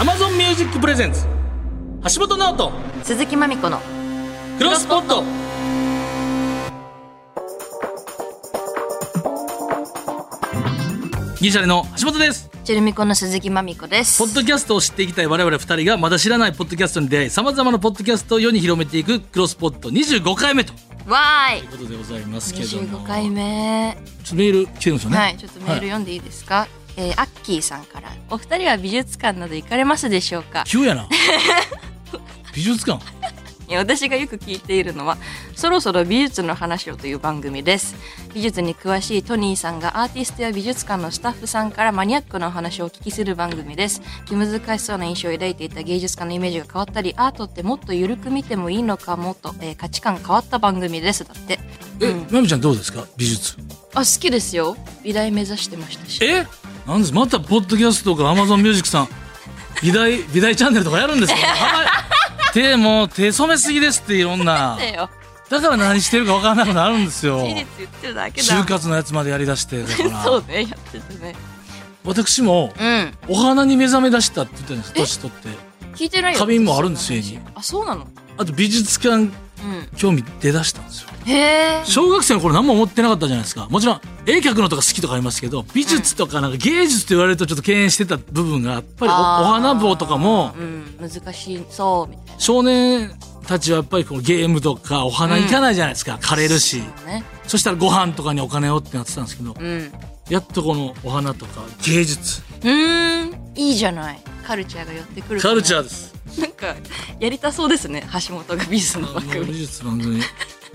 Amazon Music Presents 橋本直人鈴木まみこのクロスポットギリシャリの橋本ですチェルミコの鈴木まみこですポッドキャストを知っていきたい我々二人がまだ知らないポッドキャストに出会いさまざまなポッドキャストを世に広めていくクロスポット25回目といわーいうことでございますけども25回目ちょっとメール来てるんですよねはいちょっとメール読んでいいですか、えーアッキーさんからお二人は美術館など行かれますでしょうか急や な美術館いや私がよく聞いているのは「そろそろ美術の話を」という番組です美術に詳しいトニーさんがアーティストや美術館のスタッフさんからマニアックなお話をお聞きする番組です気難しそうな印象を抱いていた芸術家のイメージが変わったりアートってもっと緩く見てもいいのかもと、えー価値観が変わった番組ですだってえ、まみちゃんどうですか美術あ好きですよ美大目指してましたしえなんですまたポッドキャストとかアマゾンミュージックさん美大美大チャンネルとかやるんですかはい手もう手染めすぎですっていろんなだよだから何してるか分からなくなるんですよ事実言ってるだけだ就活のやつまでやりだしてだからそうねやってたね私もうんお花に目覚め出したって言ってたんです年取って聞いてないよ花瓶もあるんです家にあそうなのあと美術館う興味出だしたんですよんへえ小学生の頃何も思ってなかったじゃないですかもちろん絵描くのとか好きとかありますけど美術とかなんか芸術と言われるとちょっと敬遠してた部分がやっぱりおおあー花棒とかもうん難しそうみたいな少年たちはやっぱりこのゲームとかお花行かないじゃないですか、枯れるしそうねそしたらご飯とかにお金をってなってたんですけどうんやっとこのお花とか芸術うーんいいじゃないカルチャーが寄ってくるカルチャーーですなんかやりたそうですね橋本が美術の番美組術番組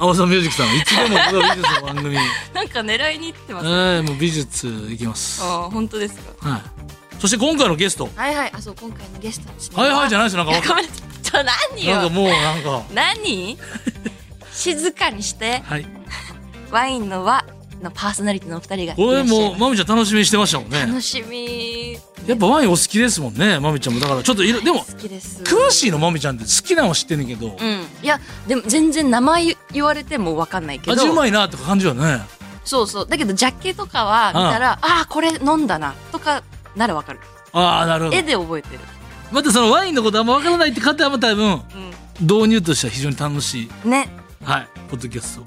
アマゾンミュージックさんいつでも僕は美術の番 組なんか狙いにいってますええもう美術いきますはあー本当ですかいそして今回のゲストはいはいあそう今回のゲストですねはいはいじゃないですよなんかごめんちょっと何なんかよもうなんか何静かにしてはいワインの輪のパーソナリティのお二人がいこられっしゃもいうますまみちゃん楽しみにしてましたもんね楽しみやっぱワインお好きですもんねまみちゃんもだからちょっといろでも好きです詳しいのまみちゃんって好きなのは知ってんねんけどうんいやでも全然名前言われても分かんないけど味うまいなとか感じよねそうそうだけどジャッケとかは見たらああこれ飲んだなとかなら分かるああなるほど絵で覚えてるまたそのワインのことあんまわからないって方はまた多分導入としては非常に楽しいうんねはいポッドキャスト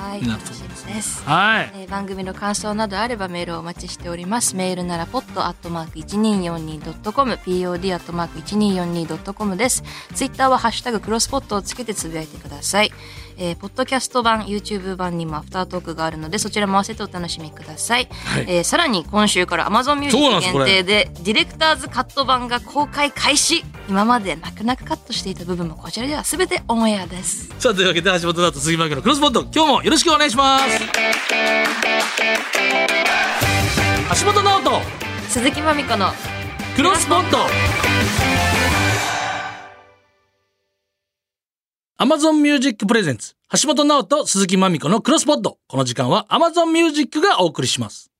はいになる楽とし思いますみですはいえー番組の感想などあればメールをお待ちしております。メールなら pod.1242.com、pod.1242.com です。ツイッターはハッシュタグクロスポットをつけてつぶやいてください。えーポッドキャスト版、YouTube 版にもアフタートークがあるので、そちらも合わせてお楽しみください。いえーさらに今週から Amazon ミュージそうなんッですクこれ限定で、ディレクターズカット版が公開開始今まで泣く泣くカットしていた部分もこちらでは全てオンエアです。さあというわけで橋本だと杉村家のクロスポット今日もよろしくお願いします橋本直人鈴木まみこのクロスポット Amazon Music Presents 橋本直人鈴木まみこのクロスポットこの時間は Amazon Music がお送りします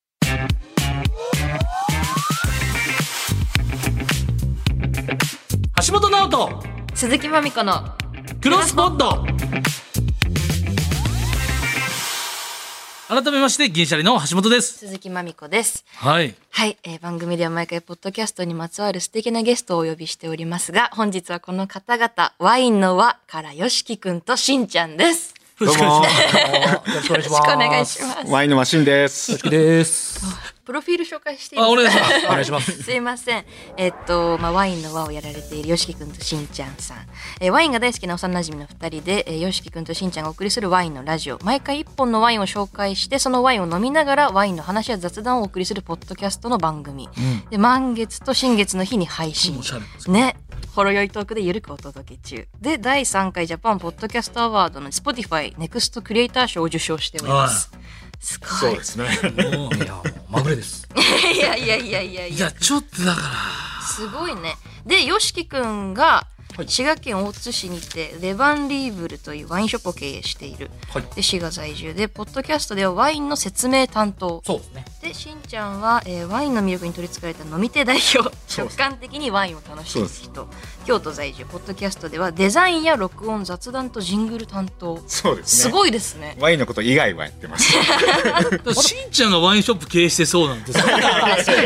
橋本直人鈴木まみこのクロスポット改めまして銀シャリの橋本です鈴木まみこです。はいはい、えー番組では毎回ポッドキャストにまつわる素敵なゲストをお呼びしておりますが、本日はこの方々、ワインの輪からよしきくんとしんちゃんです。どどうももよろしくお願いします。よろしくお願いします ワインのマシンです。です。プロフィール紹介していいあ、俺でですすかか。お願いします。 すいません。えっと、まあ、ワインの輪をやられているよしきくんとしんちゃんさん。えーワインが大好きな幼馴染の二人で、えー、よしきくんとしんちゃんがお送りするワインのラジオ。毎回一本のワインを紹介して、そのワインを飲みながらワインの話や雑談をお送りするポッドキャストの番組。で、満月と新月の日に配信おしゃれです。ね。ほろ酔いトークでゆるくお届け中。で、第3回ジャパンポッドキャストアワードの Spotify ネクストクリエイター賞を受賞しております。すごい。すね。もういや、もうまぐれです。 いやいやいやいやいいや。やちょっとだからすごいね。で、よしきくんが、滋賀県大津市にて、レバンリーブルというワインショップを経営している。はいで、滋賀在住で、ポッドキャストではワインの説明担当。そうですね。で、しんちゃんは、えーワインの魅力に取りつかれた飲み手代表。そう直感的にワインを楽しむ人。京都在住ポッドキャストではデザインや録音雑談とジングル担当そうですね。すごいですねワインのこと以外はやってます。だからしんちゃんがワインショップ経営してそうなんですよ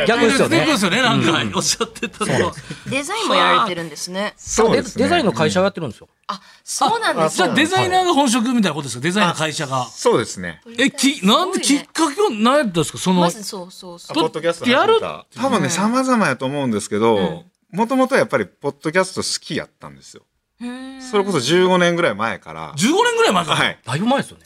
逆ですよね逆ですよねなんかおっしゃってたのはデザインもやられてるんですねそうですね。デザインの会社をやってるんですよ。あそうなんですじゃあかデザイナーが本職みたいなことですかデザインの会社がそうですね。えきなんできっかけは何やったんですかそのまずそうそうそうポッドキャストやる多分ね、様々やと思うんですけど、もともとやっぱり、ポッドキャスト好きやったんですよ。うーんそれこそ15年ぐらい前から、 15年ぐらい前から、はい。だいぶ前ですよね。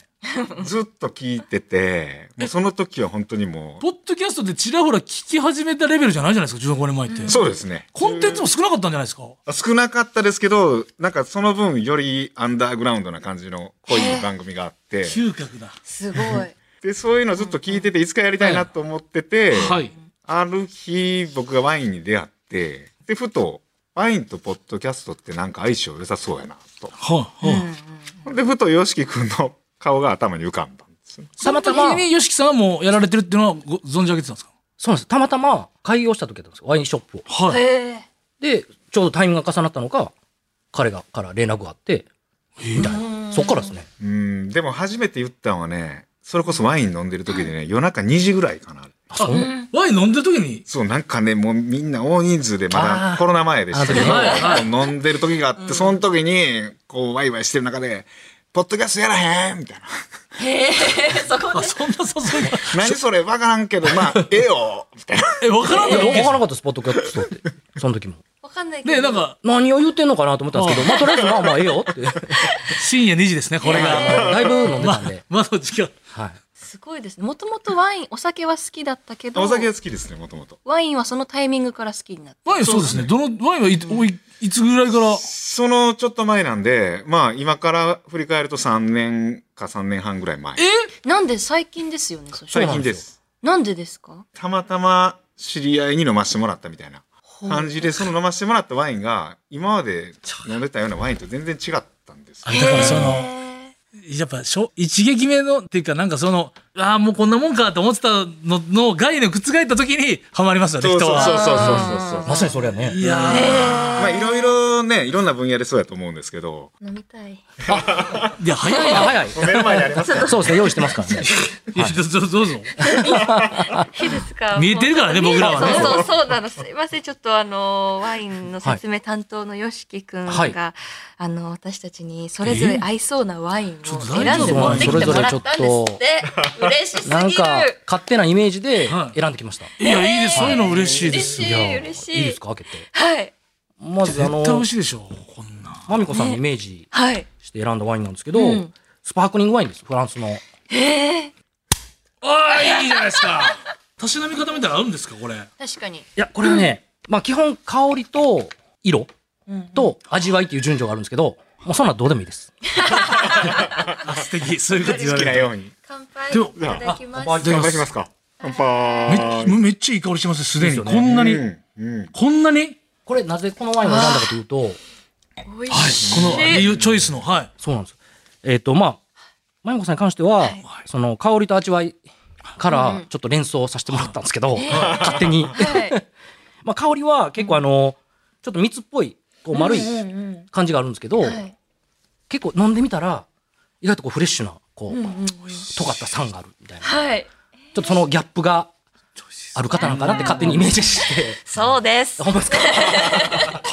ずっと聞いてて、もうその時は本当にもポッドキャストでちらほら聞き始めたレベルじゃないじゃないですか15年前って、う、そうですね。コンテンツも少なかったんじゃないですか少なかったですけど、なんかその分よりアンダーグラウンドな感じの濃い番組があって、嗅覚だ すごいで、そういうのずっと聞いてて、いつかやりたいなと思ってて、はいある日僕がワインに出会って、で、ふと、ワインとポッドキャストってなんか相性良さそうやな、と。はいはい、ほんで、ふと、ヨシキ君の顔が頭に浮かんだんですよ。たまたまに YOSHIKI さんはもうやられてるっていうのはご存じ上げてたんですかそうなんです。たまたま開業した時だったんですよ。ワインショップを。はい、へえで、ちょうどタイミングが重なったのか、彼が、から連絡があって、みたいな。そっからですね。うん、でも初めて言ったのはね、それこそワイン飲んでる時でね、夜中2時ぐらいかな。あ、そう。ワイン飲んでる時にそう、なんかね、もうみんな大人数で、まだあーコロナ前でしたけど、あはこう飲んでる時があって、その時に、こう、ワイワイしてる中で、ポッドキャストやらへんみたいな。そこあそんな誘いが何それわからんけど、まあ、ええよみたいな。え分からんいやのわからなかったです、ポッドキャストって。その時も。 わかんないけどねなんか何を言ってんのかなと思ったんですけど、まあ、とりあえず、まあまあ、ええよ って。深夜2時ですねこれが、だいぶ飲んでたん で。まだ時間はい。すごいですねもともとワインお酒は好きだったけどお酒好きですね、もともと。ワインはそのタイミングから好きになったワインそうですねどのワインはい,おい、いつぐらいからそのちょっと前なんで、まあ、今から振り返ると3年か3年半ぐらい前。なんで最近ですよねそした最うらなん近でですす。なんでですかたまたま知り合いに飲ましてもらったみたいな感じで、その飲ましてもらったワインが、今まで飲んでたようなワインと全然違ったんですよ。だからそのやっぱしょ一撃目のっていうかなんかそのああもうこんなもんかと思ってたのの概念を覆った時にハマりますよねそう人そうはそうそうそうそう。まさにそれやね。いやー、まあ、いろいろね、いろんな分野でそうやと思うんですけど、飲みたいいや早いあな、早い。目の前に ありますそうですね、用意してます からね。いやどどどうぞいいですか 見えてるからね僕らはねそうそうそうなのすいませんちょっとあのワインの説明担当のよしきくんが、はいあの私たちにそれぞれ合いそうなワインちょっをと選大丈んで夫持ってきてもらったんですそれぞって嬉しすぎるなんか、勝手なイメージで選んできました。いやいいですそういうの嬉しいで嬉すし絶い嬉しいいいですか開けて。 はいまず、あの対、美味しいでしょこんなまみこさんのイメージはいして選んだワインなんですけどうん、スパークリングワインです、フランスの。あーいいじゃないですかたしなみ方みたいなのあるんですかこれ確かにいや、これね、まあ基本香りと色と味わいっていう順序があるんですけど、もうそんなんどうでもいいです。あ素敵そういうこと言わ好きなれるように。乾杯でもいただきますいただきますか。乾杯。めめっちゃいい香りしてますすでですによねこんなに、うん。うん。こんなにはいこれなぜこのワインを選んだかというと、美味しいこの理由チョイスのはいそうなんです。えっ、と、まあ、まゆこさんに関しては、その香りと味わいからちょっと連想させてもらったんですけど、勝手に。はいまあ香りは結構あの、ちょっと蜜っぽい、こう丸いうんうん感じがあるんですけど、はい結構飲んでみたら、意外とこうフレッシュな、こう、尖った酸があるみたいな。ちょはいっとそのギャップがある方なんかなって勝手にイメージして。そうですほんまですか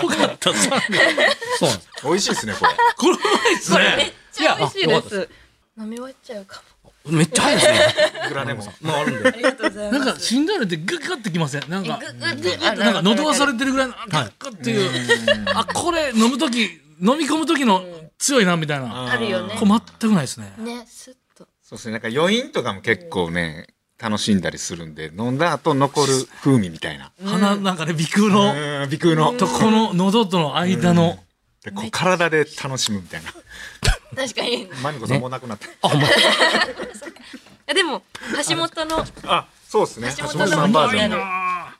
濃かったさそうなんです。美味しいですね、これ。これうまいっすめっねちゃ美味しいいでやあよかったす飲み終わっちゃうかもめっちゃ早いですね。 いくらでも。まああるんで。ありがとうございなまんすかしんどいのってグッグッってきませんなんかグッグッてなんか喉がされてるぐらいのあグッグッっていうあこれ飲む時飲み込む時の強いなみたいなあるよねこれ全くないですねねすっとそうですね、なんか余韻とかも結構ね、楽しんだりするんで、飲んだ後残る風味みたいな。鼻なんかね鼻腔のうん、鼻腔の。とこの喉との間のでこう体で楽しむみたいな。確かにいマミコさんもうなくなった。あ、ほんま。やでも橋本のあ、そうですね。橋橋本本ささんんババー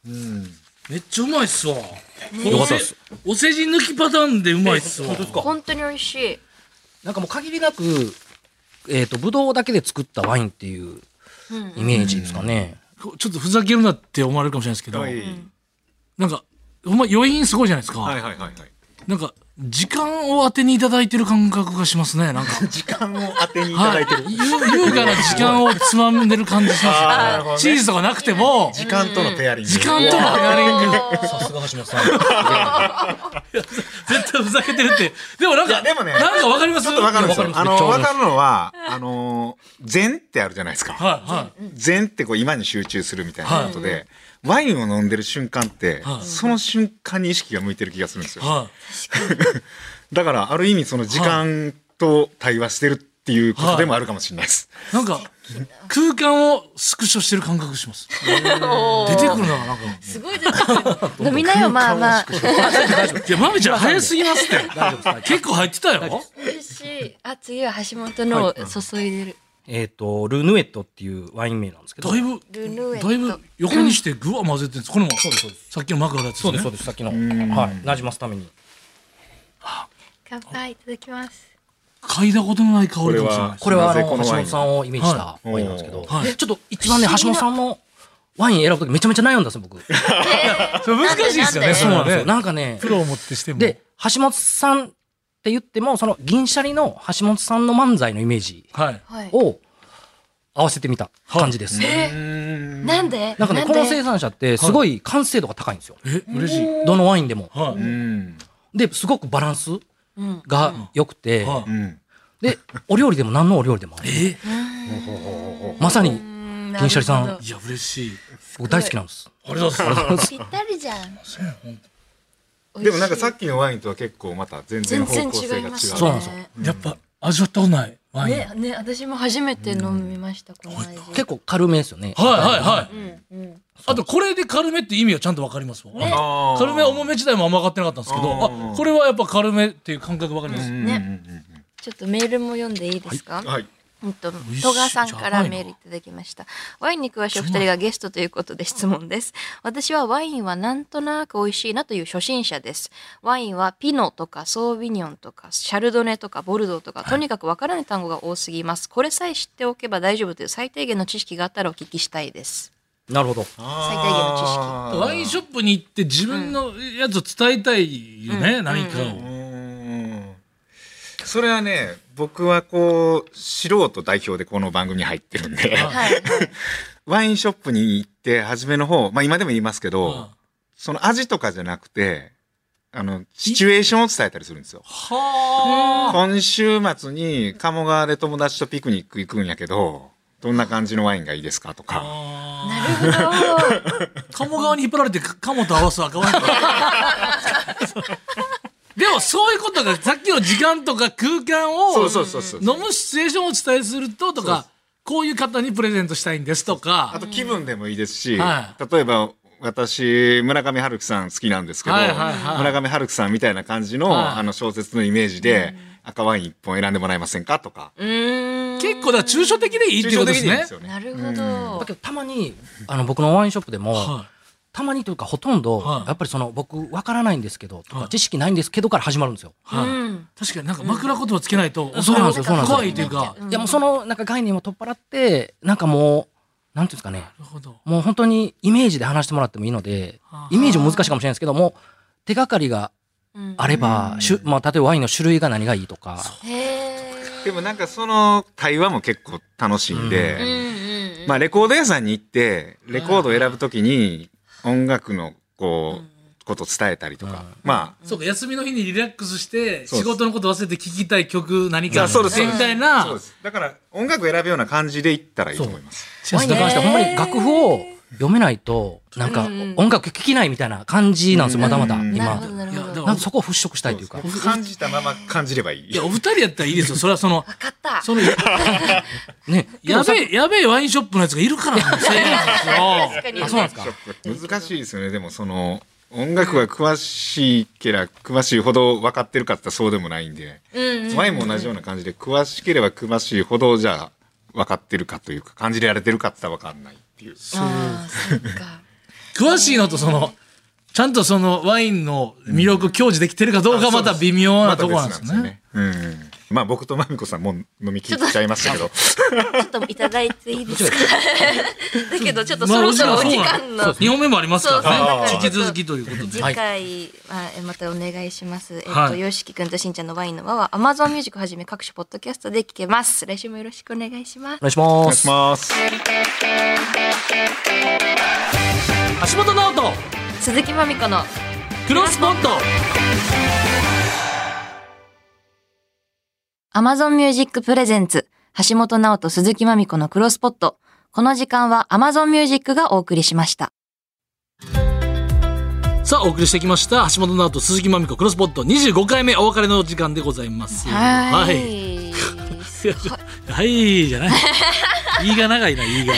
ージョジョンンのの。めっちゃうまいっすわよかったっすお世辞抜きパターンでうまいっすわ本当ですか本当に美味しいなんかもう限りなく、えっ、と、ぶどうだけで作ったワインっていうイメージですかね。ちょっとふざけるなって思われるかもしれないですけどはいなんかほんま余韻すごいじゃないですか、はいはいはいはい。なんか時間を当てにいただいてる感覚がしますねなんか 時間を当てにいたはだいいてる、優優雅な時間をつまんでる感じしあーなるほどまねすチーズとかなくても時間とのペアリング時間とのペアリングさすが橋本さん。絶対ふざけてるってでもなんいやかでもねなんかわかりますちょっと分かるんですよいやあわかりますの分かるのはあの禅ってあるじゃないですかはいはい禅ってこう今に集中するみたいなことで、ワインを飲んでる瞬間って、はいその瞬間に意識が向いてる気がするんですよ。はだから、ある意味その時間と対話してるっていうことでもあるかもしれないです。いなんか空間をスクショしてる感覚します出てくるのがなんかすごい出てくる飲みなよまあまあいやまみちゃん早すぎますって大丈夫です大丈夫です結構入ってた よ嬉しいあ次は橋本のを注いでる、えっと、ルヌエットっていうワイン名なんですけど。だいぶルヌエットだいぶ横にして具は混ぜてるんですこれもそうですそうですさっきのマクがやつそうです、そうねです、さっきの。はい。馴染ますために。乾杯いただきます嗅いだことのない香りかもしれないこれはあのなぜこ橋のワイン本さんをイメージしたワインなんですけど、はいはいちょっと一番ね不思議橋な本さんのワイン選ぶときめちゃめちゃ悩んだんですよ僕。 それ難しいですよねなんでそうなんはですよねなんかねプロを持ってしてもで橋本さんって言ってもその銀シャリの橋本さんの漫才のイメージはいはいを合わせてみた感じです。えなんでなんかねこの生産産者ってすごい完成度が高いんですよ。え嬉しいどのワインでも。はういん。ですごくバランスが良くて、はうん。でお料理でも何のお料理でも合ういえまさに銀シャリさんいや嬉しい僕大好きなんです。ありがとうございますぴったりじゃんでもなんかさっきのワインとは結構また全全然方然向性が違。違いうますねそうなんですよやっぱ味わったことないワインねね私も初めて飲みましたこの味 結構軽めですよね。はいはいはうい。んうんあとこれで軽めって意味はちゃんとわかりますわ。ねあー軽めは重め自体もあんま分かってなかったんですけど、あーあこれはやっぱ軽めっていう感覚わかります。うんねちょっとメールも読んでいいですか、はい。うんといしい戸川さんからメールいただきましたワインに詳しいお二人がゲストということで質問です私はワインはなんとなく美味しいなという初心者ですワインはピノとかソービニョンとかシャルドネとかボルドーとかとにかくわからない単語が多すぎますこれさえ知っておけば大丈夫という最低限の知識があったらお聞きしたいですなるほど。最低限の知識ワインショップに行って自分のやつを伝えたいよね、何かを。うーんそれはね僕はこう素人代表でこの番組に入ってるんではいはいワインショップに行って初めの方まあ今でも言いますけど、うんその味とかじゃなくてあのシチュエーションを伝えたりするんですよ。はあ。今週末に鴨川で友達とピクニック行くんやけどどんな感じのワインがいいですかとかあなるほどー鴨川に引っ張られて鴨と合わす 赤ワインとか。でもそういうことがさっきの時間とか空間をそうそうそうそう飲むシチュエーションをお伝えするととかこういう方にプレゼントしたいんですとあかと気分でもいいですし、は例えば私村上春樹さん好きなんですけど、はいはいはい村上春樹さんみたいな感じの,、はいあの小説のイメージで、赤ワイン一本選んでもらえませんかとかうーん結構だから抽象的でいいっていうことです抽象的でいいんねです。よねなるほどだけどたまにあの僕のワインショップでも、はたまにというかほとんど、はいやっぱりその僕わからないんですけどとか、はい知識ないんですけどから始まるんですよ。いはいうん確かになんか枕言葉つけないと、そうなんですよそうなんですよ怖いというか。うんいやもうそのなんか概念を取っ払ってなんかもうなんていうんですかねなるほど。もう本当にイメージで話してもらってもいいのではあイメージも難しいかもしれないですけども手がかりがうんあれば、しゅまあ、例えばワインの種類が何がいいとかへーでもなんかその対話も結構楽しいんで、うんうんうんまあレコード屋さんに行ってレコードを選ぶときに音楽のこう、こと伝えたりとか、まあそうか、休みの日にリラックスして、そう仕です事のこと忘れて聞きたい曲何じゃかあそうですみたいなそうで。すだから音楽選ぶような感じで行ったらいいと思いますチェワスインにだからし関しててははほんまに楽譜を読めないとなんかうん音楽聴けないみたいな感じなんですよまだまだうんなるほ今ど。なるいやほだどかならんかそこを払拭したいというかそう。ですね感じたまま感じればいいいや、お二人やったらいいですよ。それはその、分かったその、ね、やべえ、やべえワインショップのやつがいるからなんですよ。確かにあそうなんですか難しいですよねでもその音楽が詳しいけりゃ詳しいほど分かってるかって言ったらそうでもないんで、うんうんワインも同じような感じで詳しければ詳しいほどじゃあ分かってるかというか感じられてるかって言ったら分かんないっていうああそっか詳しいのとその、ちゃんとそのワインの魅力を享受できてるかどうかまた微妙なところなんですよね。また別なんですよねまあ僕とまみこさんもう飲み切っちゃいましたけどちょっといただいていいですか だけどちょっとまあそろそろお時間そのう2本目もありますかそうそうらねそう引き続きということで次回はえまたお願いします。えっと、はいよしきくんとしんちゃんのワインの輪は Amazon Music はじめ各種ポッドキャストで聞けます。来週もよろしくお願いしますお。願いしまお願いすします橋本直人鈴木まみこのクロスポット Amazon Music プレゼンツ橋本直人鈴木まみこのクロスポット。この時間は Amazon Music がお送りしました。さあお送りしてきました橋本直人鈴木まみこクロスポット25回目お別れの時間でございますははいい。はいじゃない言いが長いな言いが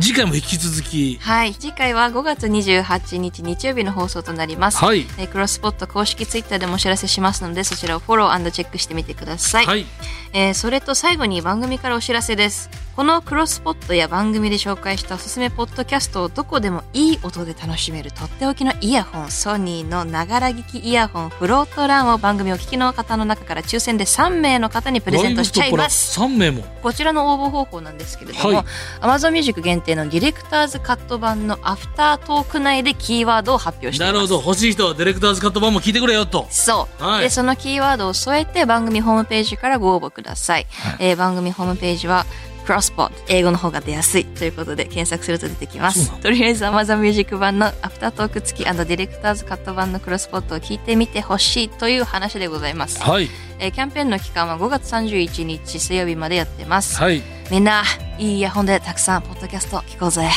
次回も引き続き はい、次回は5月28日日曜日の放送となります。はいえークロスポット公式ツイッターでもお知らせしますのでそちらをフォローチェックしてみてください、はいえーそれと最後に番組からお知らせですこのクロスポットや番組で紹介したおすすめポッドキャストをどこでもいい音で楽しめるとっておきのイヤホンソニーのながら聞きイヤホンフロートランを番組をお聞きの方の中から抽選で3名の方にプレゼントしちゃいます3名もこちらの応募方法なんですけれども、はい Amazon Music 限定のディレクターズカット版のアフタートーク内でキーワードを発表していまなするほど欲しい人はディレクターズカット版も聞いてくれよとそう、はいでそのキーワードを添えて番組ホームページからご応募ください、えー番組ホームページはクロスポット英語の方が出やすいということで検索すると出てきまそうなすのとりあえず Amazon Music 版のアフタートーク付きディレクターズカット版のクロスポットを聞いてみてほしいという話でございます、はいえーキャンペーンの期間は5月31日水曜日までやってます、はいみんないいイヤホンでたくさんポッドキャスト聞こう ぜ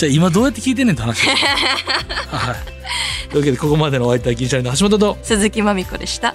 じゃあ今どうやって聞いてんねんって 話ですはいというわけでここまでのお相手は銀シャリの橋本と鈴木まみこでした